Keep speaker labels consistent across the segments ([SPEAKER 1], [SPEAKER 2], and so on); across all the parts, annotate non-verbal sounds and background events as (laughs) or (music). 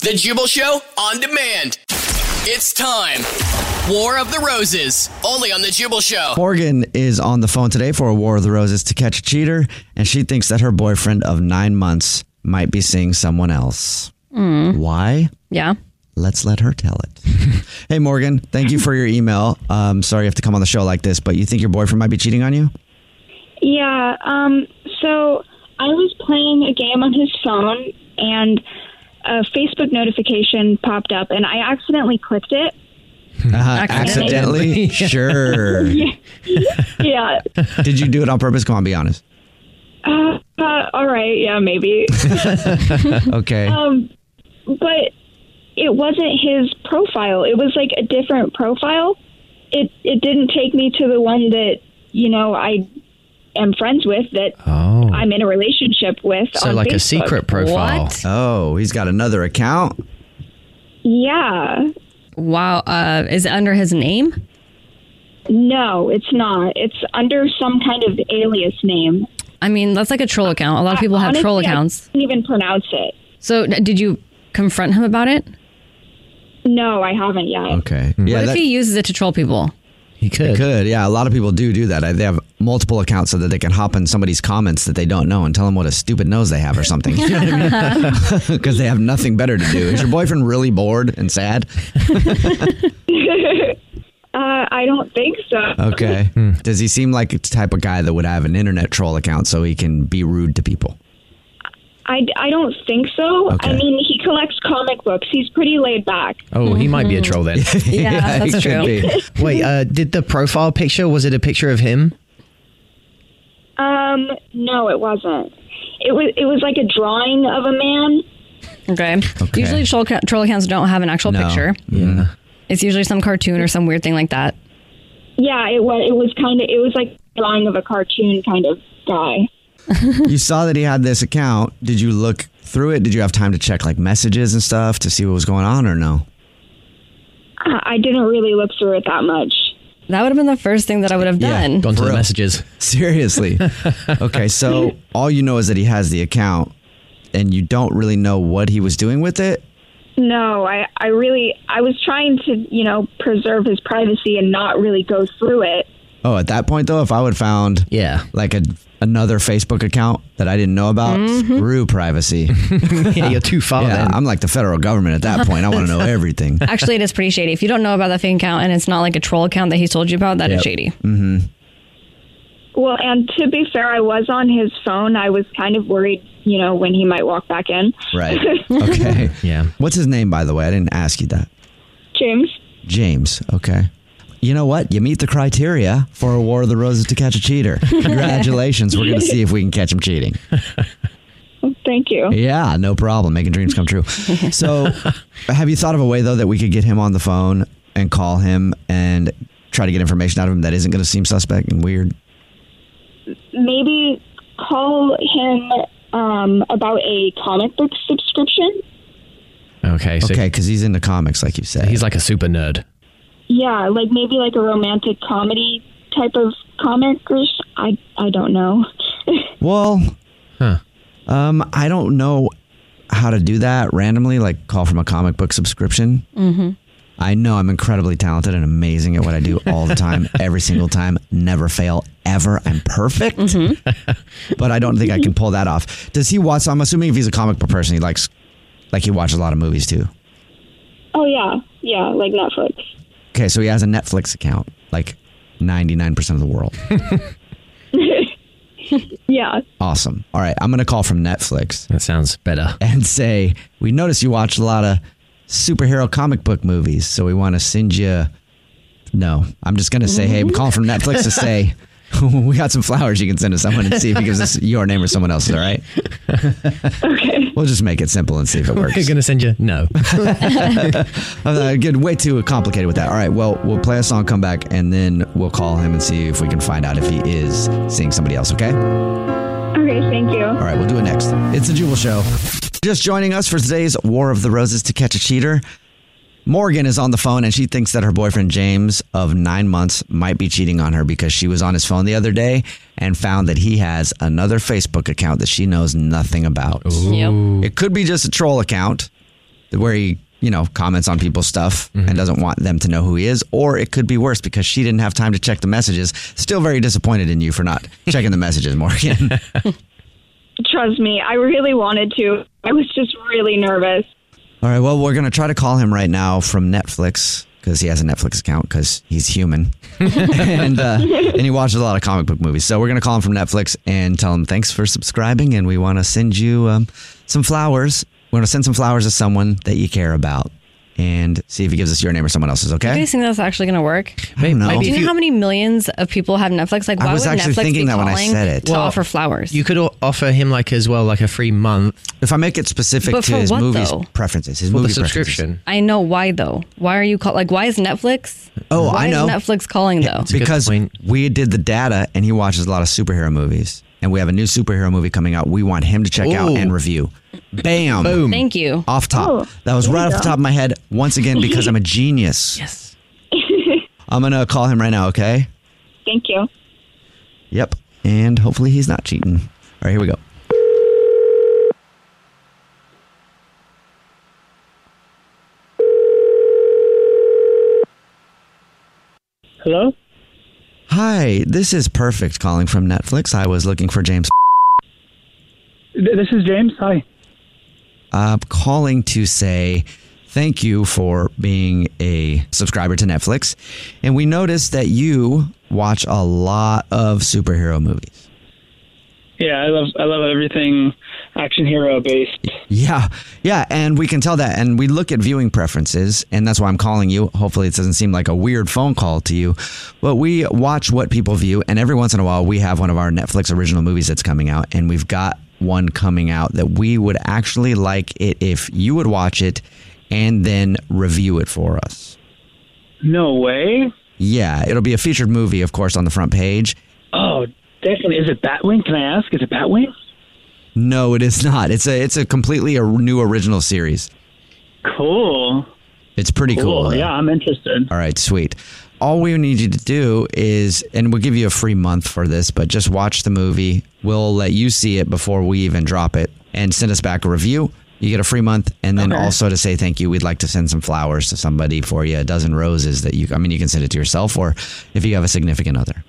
[SPEAKER 1] The Jubal Show on demand. It's time. War of the Roses, only on The Jubal Show.
[SPEAKER 2] Morgan is on the phone today for a War of the Roses to catch a cheater, and she thinks that her boyfriend of nine months might be seeing someone else. Why?
[SPEAKER 3] Yeah.
[SPEAKER 2] Let's let her tell it. hey, Morgan, thank you for your email. Um, sorry you have to come on the show like this, but you think your boyfriend might be cheating on you?
[SPEAKER 4] Yeah, um, so I was playing a game on his phone and a Facebook notification popped up and I accidentally
[SPEAKER 5] (laughs)
[SPEAKER 4] clicked it.
[SPEAKER 5] Mm-hmm.
[SPEAKER 2] Uh,
[SPEAKER 3] Accidentally.
[SPEAKER 2] accidentally? sure.
[SPEAKER 4] Yeah.
[SPEAKER 2] Did you do it on purpose? Come on, be honest.
[SPEAKER 4] uh, uh, all right,
[SPEAKER 5] (laughs)
[SPEAKER 4] yeah, maybe.
[SPEAKER 2] Okay.
[SPEAKER 4] but it wasn't his profile. It was like a different profile. It it didn't take me to the one that, you know, I am friends with that
[SPEAKER 5] Oh.
[SPEAKER 4] I'm in a relationship with
[SPEAKER 5] so
[SPEAKER 4] on
[SPEAKER 5] like a
[SPEAKER 4] Facebook.
[SPEAKER 5] secret profile.
[SPEAKER 3] What?
[SPEAKER 2] oh, he's got another account.
[SPEAKER 4] Yeah.
[SPEAKER 3] Wow. Uh, is it under his name?
[SPEAKER 4] No, it's not. It's under some kind of alias name.
[SPEAKER 3] I mean, that's like a troll account. A lot of people have
[SPEAKER 4] Honestly,
[SPEAKER 3] troll
[SPEAKER 4] I
[SPEAKER 3] accounts.
[SPEAKER 4] couldn't even pronounce it.
[SPEAKER 3] So, d- did you confront him about it?
[SPEAKER 4] No, I haven't yet.
[SPEAKER 2] Okay.
[SPEAKER 5] Mm.
[SPEAKER 2] Yeah,
[SPEAKER 3] what
[SPEAKER 2] that-
[SPEAKER 3] if he uses it to troll people?
[SPEAKER 5] He could.
[SPEAKER 2] Could yeah, a lot of people do do that. They have multiple accounts so that they can hop in somebody's comments that they don't know and tell them what a stupid nose they have or something. (laughs) Because they have nothing better to do. Is your boyfriend really bored and sad?
[SPEAKER 4] Uh, I don't think so.
[SPEAKER 2] (laughs) Okay. Hmm. Does he seem like the type of guy that would have an internet troll account so he can be rude to people?
[SPEAKER 4] I, I don't think so.
[SPEAKER 2] Okay.
[SPEAKER 4] I mean, he collects comic books. He's pretty laid back.
[SPEAKER 5] Oh, he might be
[SPEAKER 3] Mm-hmm.
[SPEAKER 5] a
[SPEAKER 2] (laughs)
[SPEAKER 5] troll then.
[SPEAKER 3] Yeah,
[SPEAKER 2] he
[SPEAKER 3] that's
[SPEAKER 2] could
[SPEAKER 3] true.
[SPEAKER 2] be.
[SPEAKER 5] Wait, uh, did the profile picture was it a picture of him?
[SPEAKER 4] Um, no, it wasn't. It was it was like a drawing of a man.
[SPEAKER 3] Okay.
[SPEAKER 2] Okay.
[SPEAKER 3] Usually, troll, ca- troll accounts don't have an actual
[SPEAKER 2] No. Mm.
[SPEAKER 3] picture.
[SPEAKER 2] Yeah.
[SPEAKER 3] It's usually some cartoon or some weird thing like that.
[SPEAKER 4] Yeah, it was it was kind of it was like a drawing of a cartoon kind of guy.
[SPEAKER 2] You saw that he had this account. Did you look through it? Did you have time to check like messages and stuff to see what was going on or no?
[SPEAKER 4] I I didn't really look through it that much.
[SPEAKER 3] That would have been the first thing that I would have
[SPEAKER 2] Yeah,
[SPEAKER 3] done.
[SPEAKER 5] Gone to
[SPEAKER 2] For
[SPEAKER 5] the
[SPEAKER 2] real.
[SPEAKER 5] messages.
[SPEAKER 2] Seriously. okay, so all you know is that he has the account and you don't really know what he was doing with it.
[SPEAKER 4] No, I I really I was trying to you know preserve his privacy and not really go through it.
[SPEAKER 2] Oh, at that point though, if I would found
[SPEAKER 6] (laughs)
[SPEAKER 5] Yeah.
[SPEAKER 2] like a another Facebook account that I didn't know about,
[SPEAKER 5] Mm-hmm.
[SPEAKER 2] screw privacy.
[SPEAKER 5] (laughs) yeah, you're too far
[SPEAKER 2] yeah,
[SPEAKER 5] then.
[SPEAKER 2] I'm like the federal government at that point. I want
[SPEAKER 5] (laughs)
[SPEAKER 2] to know everything.
[SPEAKER 3] Actually, it is pretty shady. If you don't know about that fake account and it's not like a troll account that he's told you about, that is
[SPEAKER 2] Yep. Mm.
[SPEAKER 3] shady.
[SPEAKER 4] Well, and to be fair, I was on his phone. I was kind of worried, you know, when he might walk back in.
[SPEAKER 2] Right. Okay.
[SPEAKER 5] (laughs) Yeah.
[SPEAKER 2] What's his name by the way? I didn't ask you that.
[SPEAKER 4] James.
[SPEAKER 2] James. Okay. You know what? You meet the criteria for a War of the Roses to catch a cheater.
[SPEAKER 5] (laughs)
[SPEAKER 2] Congratulations. We're going to see if we can catch him cheating.
[SPEAKER 4] Thank you.
[SPEAKER 2] Yeah, no problem. Making dreams come true. So, have you thought of a way though that we could get him on the phone and call him and try to get information out of him that isn't going to seem suspect and weird?
[SPEAKER 4] Maybe call him um, about a comic book subscription.
[SPEAKER 6] Okay. So
[SPEAKER 2] Okay, because he's into comics, like you said.
[SPEAKER 6] He's like a super nerd.
[SPEAKER 4] Yeah, like maybe like a romantic comedy type of comic. Or s- I I don't know.
[SPEAKER 2] well,
[SPEAKER 6] Huh.
[SPEAKER 2] um, I don't know how to do that randomly, like call from a comic book subscription. Mm-hmm. I know I'm incredibly talented and amazing at what I do all the time, every single time, never fail, ever. I'm perfect, (laughs) but I don't think I can pull that off. Does he watch? I'm assuming if he's a comic book person, he likes, like he watches a lot of movies too.
[SPEAKER 4] Oh yeah, yeah, like Netflix.
[SPEAKER 2] Okay, so he has a Netflix account, like 99% of the world.
[SPEAKER 4] Yeah,
[SPEAKER 2] Awesome. All right, I'm going to call from Netflix
[SPEAKER 6] That sounds
[SPEAKER 5] (laughs)
[SPEAKER 6] better.
[SPEAKER 2] and say, We notice you watch a lot of superhero comic book movies, so we want to send you. No, I'm just going to say, Hey, call from Netflix to say, (laughs) We got some flowers you can send to someone and see if he gives us your name or someone else's, all right? okay. We'll just make it simple and see if it works.
[SPEAKER 6] We're gonna send you (laughs) no.
[SPEAKER 2] Uh, get way too complicated with that. All right, well, we'll play a song, come back, and then we'll call him and see if we can find out if he is seeing somebody else, okay?
[SPEAKER 4] Okay, thank you.
[SPEAKER 2] All right, we'll do it next. It's the Jubal Show. Just joining us for today's War of the Roses to catch a cheater. Morgan is on the phone and she thinks that her boyfriend James of nine months might be cheating on her because she was on his phone the other day and found that he has another Facebook account that she knows nothing about.
[SPEAKER 3] Yep.
[SPEAKER 2] It could be just a troll account where he, you know, comments on people's stuff and doesn't want them to know who he is, or it could be worse because she didn't have time to check the messages. Still very disappointed in you for not checking the messages, Morgan.
[SPEAKER 4] Trust me, I really wanted to. I was just really nervous.
[SPEAKER 2] All right. Well, we're going to try to call him right now from Netflix because he has a Netflix account because he's
[SPEAKER 3] (laughs)
[SPEAKER 2] human and uh, and he watches a lot of comic book movies. So we're going to call him from Netflix and tell him thanks for subscribing and we want to send you um, some flowers. We're going to send some flowers to someone that you care about and see if he gives us your name or someone else's.
[SPEAKER 3] Do you
[SPEAKER 2] Okay.
[SPEAKER 3] guys think that's actually going to work?
[SPEAKER 2] I don't know.
[SPEAKER 3] Do you know how many millions of people have Netflix? Like,
[SPEAKER 2] I
[SPEAKER 3] why
[SPEAKER 2] was
[SPEAKER 3] would
[SPEAKER 2] actually
[SPEAKER 3] Netflix
[SPEAKER 2] thinking
[SPEAKER 3] be
[SPEAKER 2] that when I
[SPEAKER 3] calling
[SPEAKER 2] said it.
[SPEAKER 3] to
[SPEAKER 2] Well,
[SPEAKER 3] offer flowers?
[SPEAKER 5] You could o- offer him like as well like a free month
[SPEAKER 2] If I make it specific
[SPEAKER 3] But
[SPEAKER 2] to
[SPEAKER 3] for
[SPEAKER 2] his
[SPEAKER 3] what,
[SPEAKER 2] movies
[SPEAKER 3] though?
[SPEAKER 2] preferences, his
[SPEAKER 6] Well,
[SPEAKER 2] movie
[SPEAKER 6] the
[SPEAKER 2] Preferences.
[SPEAKER 6] subscription.
[SPEAKER 3] I know why though. Why are you call like? Why is Netflix?
[SPEAKER 2] Oh,
[SPEAKER 3] why
[SPEAKER 2] I know.
[SPEAKER 3] Is Netflix calling though.
[SPEAKER 5] a good
[SPEAKER 2] because
[SPEAKER 5] point.
[SPEAKER 2] we did the data and he watches a lot of superhero movies and we have a new superhero movie coming out we want him to check out
[SPEAKER 5] Ooh.
[SPEAKER 2] and review bam
[SPEAKER 5] Boom.
[SPEAKER 3] Thank you.
[SPEAKER 2] off top that was right off the top of my head once again because i'm a genius
[SPEAKER 3] Yes.
[SPEAKER 2] i'm gonna call him right now okay
[SPEAKER 4] Thank you.
[SPEAKER 2] yep and hopefully he's not cheating all right here we go
[SPEAKER 7] Hello?
[SPEAKER 2] hi this is perfect calling from netflix i was looking for james
[SPEAKER 7] Th- This is James. Hi.
[SPEAKER 2] uh, calling to say thank you for being a subscriber to Netflix. And we noticed that you watch a lot of superhero movies.
[SPEAKER 7] Yeah, I love I love everything action hero based.
[SPEAKER 2] Yeah. Yeah. And we can tell that. And we look at viewing preferences. And that's why I'm calling you. Hopefully, it doesn't seem like a weird phone call to you. But we watch what people view. And every once in a while, we have one of our Netflix original movies that's coming out. And we've got one coming out that we would actually like it if you would watch it and then review it for us.
[SPEAKER 7] No way.
[SPEAKER 2] Yeah, it'll be a featured movie, of course, on the front page.
[SPEAKER 7] Oh, definitely. Is it Batwing? Can I ask? Is it Batwing?
[SPEAKER 2] No, it is not. It's a it's a completely a new original series.
[SPEAKER 7] Cool.
[SPEAKER 2] It's pretty cool. though.
[SPEAKER 7] Yeah, I'm interested.
[SPEAKER 2] All right, sweet. All we need you to do is, and we'll give you a free month for this, but just watch the movie. We'll let you see it before we even drop it, and send us back a review. You get a free month, and then also to say thank you. We'd like to send some flowers to somebody for you, a dozen roses that you. I mean, you can send it to yourself, or if you have a significant other.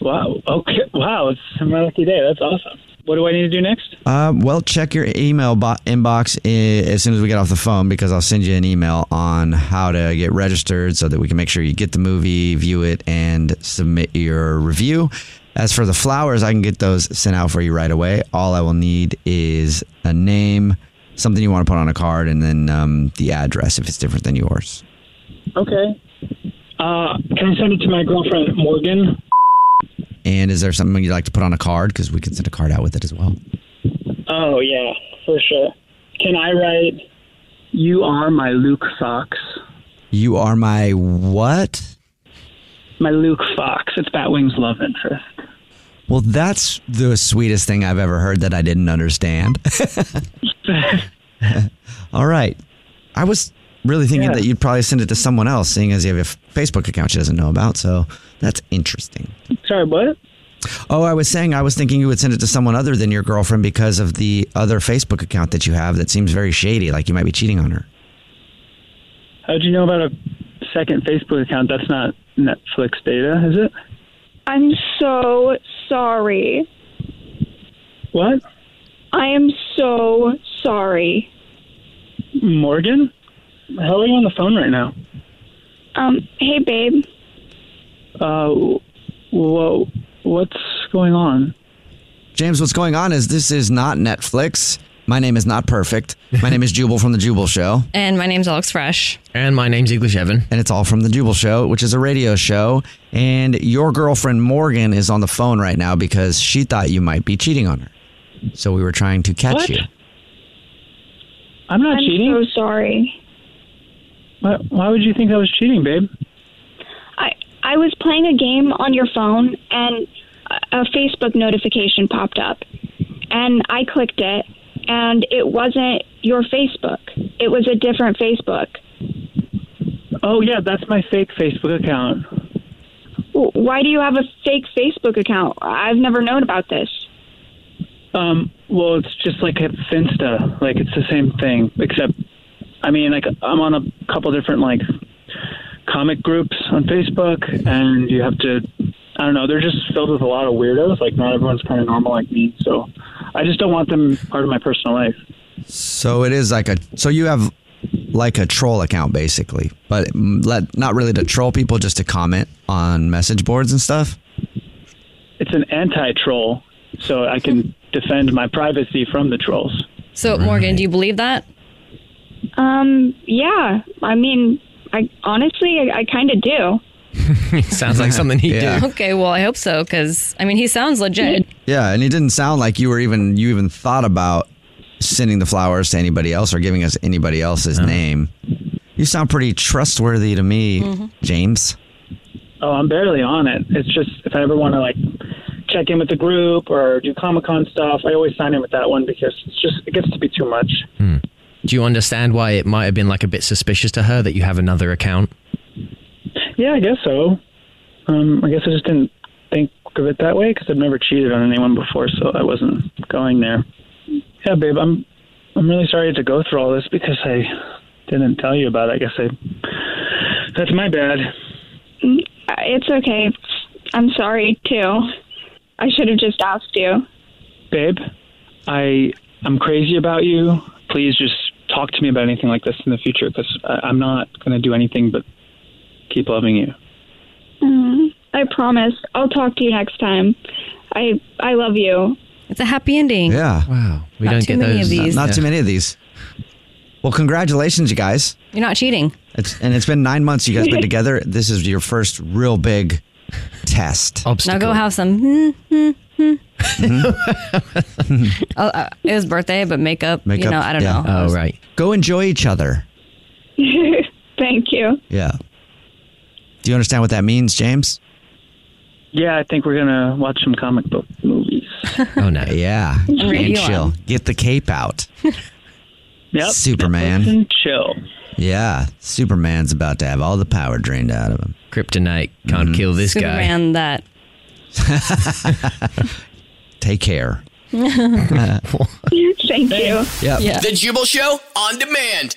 [SPEAKER 7] Wow. Okay. Wow. It's my lucky day. That's awesome. What do I need to do next?
[SPEAKER 2] Uh, well, check your email bo- inbox i- as soon as we get off the phone because I'll send you an email on how to get registered so that we can make sure you get the movie, view it, and submit your review. As for the flowers, I can get those sent out for you right away. All I will need is a name, something you want to put on a card, and then um, the address if it's different than yours.
[SPEAKER 7] Okay. Uh, can I send it to my girlfriend Morgan?
[SPEAKER 2] And is there something you'd like to put on a card? Because we can send a card out with it as well.
[SPEAKER 7] Oh yeah, for sure. Can I write? You are my Luke Fox.
[SPEAKER 2] You are my what?
[SPEAKER 7] My Luke Fox. It's Batwing's love interest.
[SPEAKER 2] Well, that's the sweetest thing I've ever heard that I didn't understand. (laughs) All right. I was really thinking that you'd probably send it to someone else, seeing as you have a Facebook account she doesn't know about. So that's interesting.
[SPEAKER 7] Sorry, what?
[SPEAKER 2] Oh, I was saying I was thinking you would send it to someone other than your girlfriend because of the other Facebook account that you have that seems very shady, like you might be cheating on her.
[SPEAKER 7] How'd you know about a second Facebook account? That's not Netflix data, is it?
[SPEAKER 4] I'm so sorry.
[SPEAKER 7] What?
[SPEAKER 4] I am so sorry.
[SPEAKER 7] Morgan? How are you on the phone right now?
[SPEAKER 4] Um, hey, babe.
[SPEAKER 7] Uh, whoa, what's going on?
[SPEAKER 2] James, what's going on is this is not Netflix. My name is not perfect. My name is Jubal from The Jubal Show.
[SPEAKER 3] And my name's Alex Fresh.
[SPEAKER 2] And my name's English Evan. And it's all from The Jubal Show, which is a radio show. And your girlfriend Morgan is on the phone right now because she thought you might be cheating on her. So we were trying to catch
[SPEAKER 7] What?
[SPEAKER 2] you.
[SPEAKER 7] I'm not
[SPEAKER 4] I'm
[SPEAKER 7] cheating.
[SPEAKER 4] so sorry.
[SPEAKER 7] Why, why would you think I was cheating, babe?
[SPEAKER 4] I I was playing a game on your phone and a- a Facebook notification popped up, and I clicked it, and it wasn't your Facebook. It was a different Facebook.
[SPEAKER 7] Oh, yeah, that's my fake Facebook account.
[SPEAKER 4] W- Why do you have a fake Facebook account? I've never known about this.
[SPEAKER 7] Um, well, it's just like a Finsta. Like, it's the same thing, except, I mean, like, I'm on a couple different, like, comic groups on Facebook, and you have to, I don't know, they're just filled with a lot of weirdos. Like, not everyone's kind of normal like me, so I just don't want them part of my personal life.
[SPEAKER 2] So it is like a so you have like a troll account basically, but mm, let not really to troll people, just to comment on message boards and stuff.
[SPEAKER 7] It's an anti troll, so I can defend my privacy from the trolls.
[SPEAKER 3] So, Morgan, do you believe that?
[SPEAKER 4] Um, yeah, I mean, I honestly, I, I kind of do.
[SPEAKER 2] Sounds like something he yeah.
[SPEAKER 3] Okay, well, I hope so because, I mean, he sounds legit.
[SPEAKER 2] Yeah, and it didn't sound like you were even you even thought about sending the flowers to anybody else or giving us anybody else's name. You sound pretty trustworthy to me,
[SPEAKER 7] Mhm.
[SPEAKER 2] James.
[SPEAKER 7] Oh, I'm barely on it. It's just if I ever want to like check in with the group or do Comic Con stuff, I always sign in with that one because it's just it gets to be too much.
[SPEAKER 6] Hmm. Do you understand why it might have been like a bit suspicious to her that you have another account?
[SPEAKER 7] Yeah, I guess so. Um, I guess I just didn't think of it that way because I've never cheated on anyone before, so I wasn't going there. Yeah, babe, I'm I'm really sorry to go through all this because I didn't tell you about it. I guess I that's my bad.
[SPEAKER 4] Mm, It's okay. I'm sorry too. I should have just asked you.
[SPEAKER 7] babe, I I'm crazy about you. Please just talk to me about anything like this in the future because I'm not going to do anything but keep loving you.
[SPEAKER 4] Mm, I promise. I'll talk to you next time. I I love you. (laughs)
[SPEAKER 3] It's a happy ending.
[SPEAKER 2] Yeah. Wow.
[SPEAKER 3] We Not don't too get many of those. these.
[SPEAKER 2] Not, not too
[SPEAKER 3] Yeah.
[SPEAKER 2] many of these. Well, congratulations, you guys.
[SPEAKER 3] You're not cheating.
[SPEAKER 2] It's, and it's been nine months you guys been together. This is your first real big test.
[SPEAKER 7] Oh.
[SPEAKER 3] Now go have some. Hmm, hmm, hmm.
[SPEAKER 2] Mhm.
[SPEAKER 3] (laughs) oh, uh, it was birthday, but makeup. you know, I don't know.
[SPEAKER 7] Oh,
[SPEAKER 3] I was-
[SPEAKER 2] Oh, right. Go enjoy each other.
[SPEAKER 4] Thank you.
[SPEAKER 2] Yeah. Do you understand what that means, James?
[SPEAKER 7] Yeah, I think we're gonna watch some comic book movies.
[SPEAKER 2] (laughs) Oh no. Yeah.
[SPEAKER 7] And
[SPEAKER 2] and
[SPEAKER 7] radio
[SPEAKER 2] chill.
[SPEAKER 7] on.
[SPEAKER 2] Get the cape out.
[SPEAKER 7] Yep.
[SPEAKER 2] Superman.
[SPEAKER 7] Chill.
[SPEAKER 2] Yeah. Superman's about to have all the power drained out of him. Kryptonite can't kill this
[SPEAKER 3] Superman that.
[SPEAKER 2] Take care.
[SPEAKER 4] Thank you.
[SPEAKER 2] Yeah.
[SPEAKER 1] The Jubal Show on demand.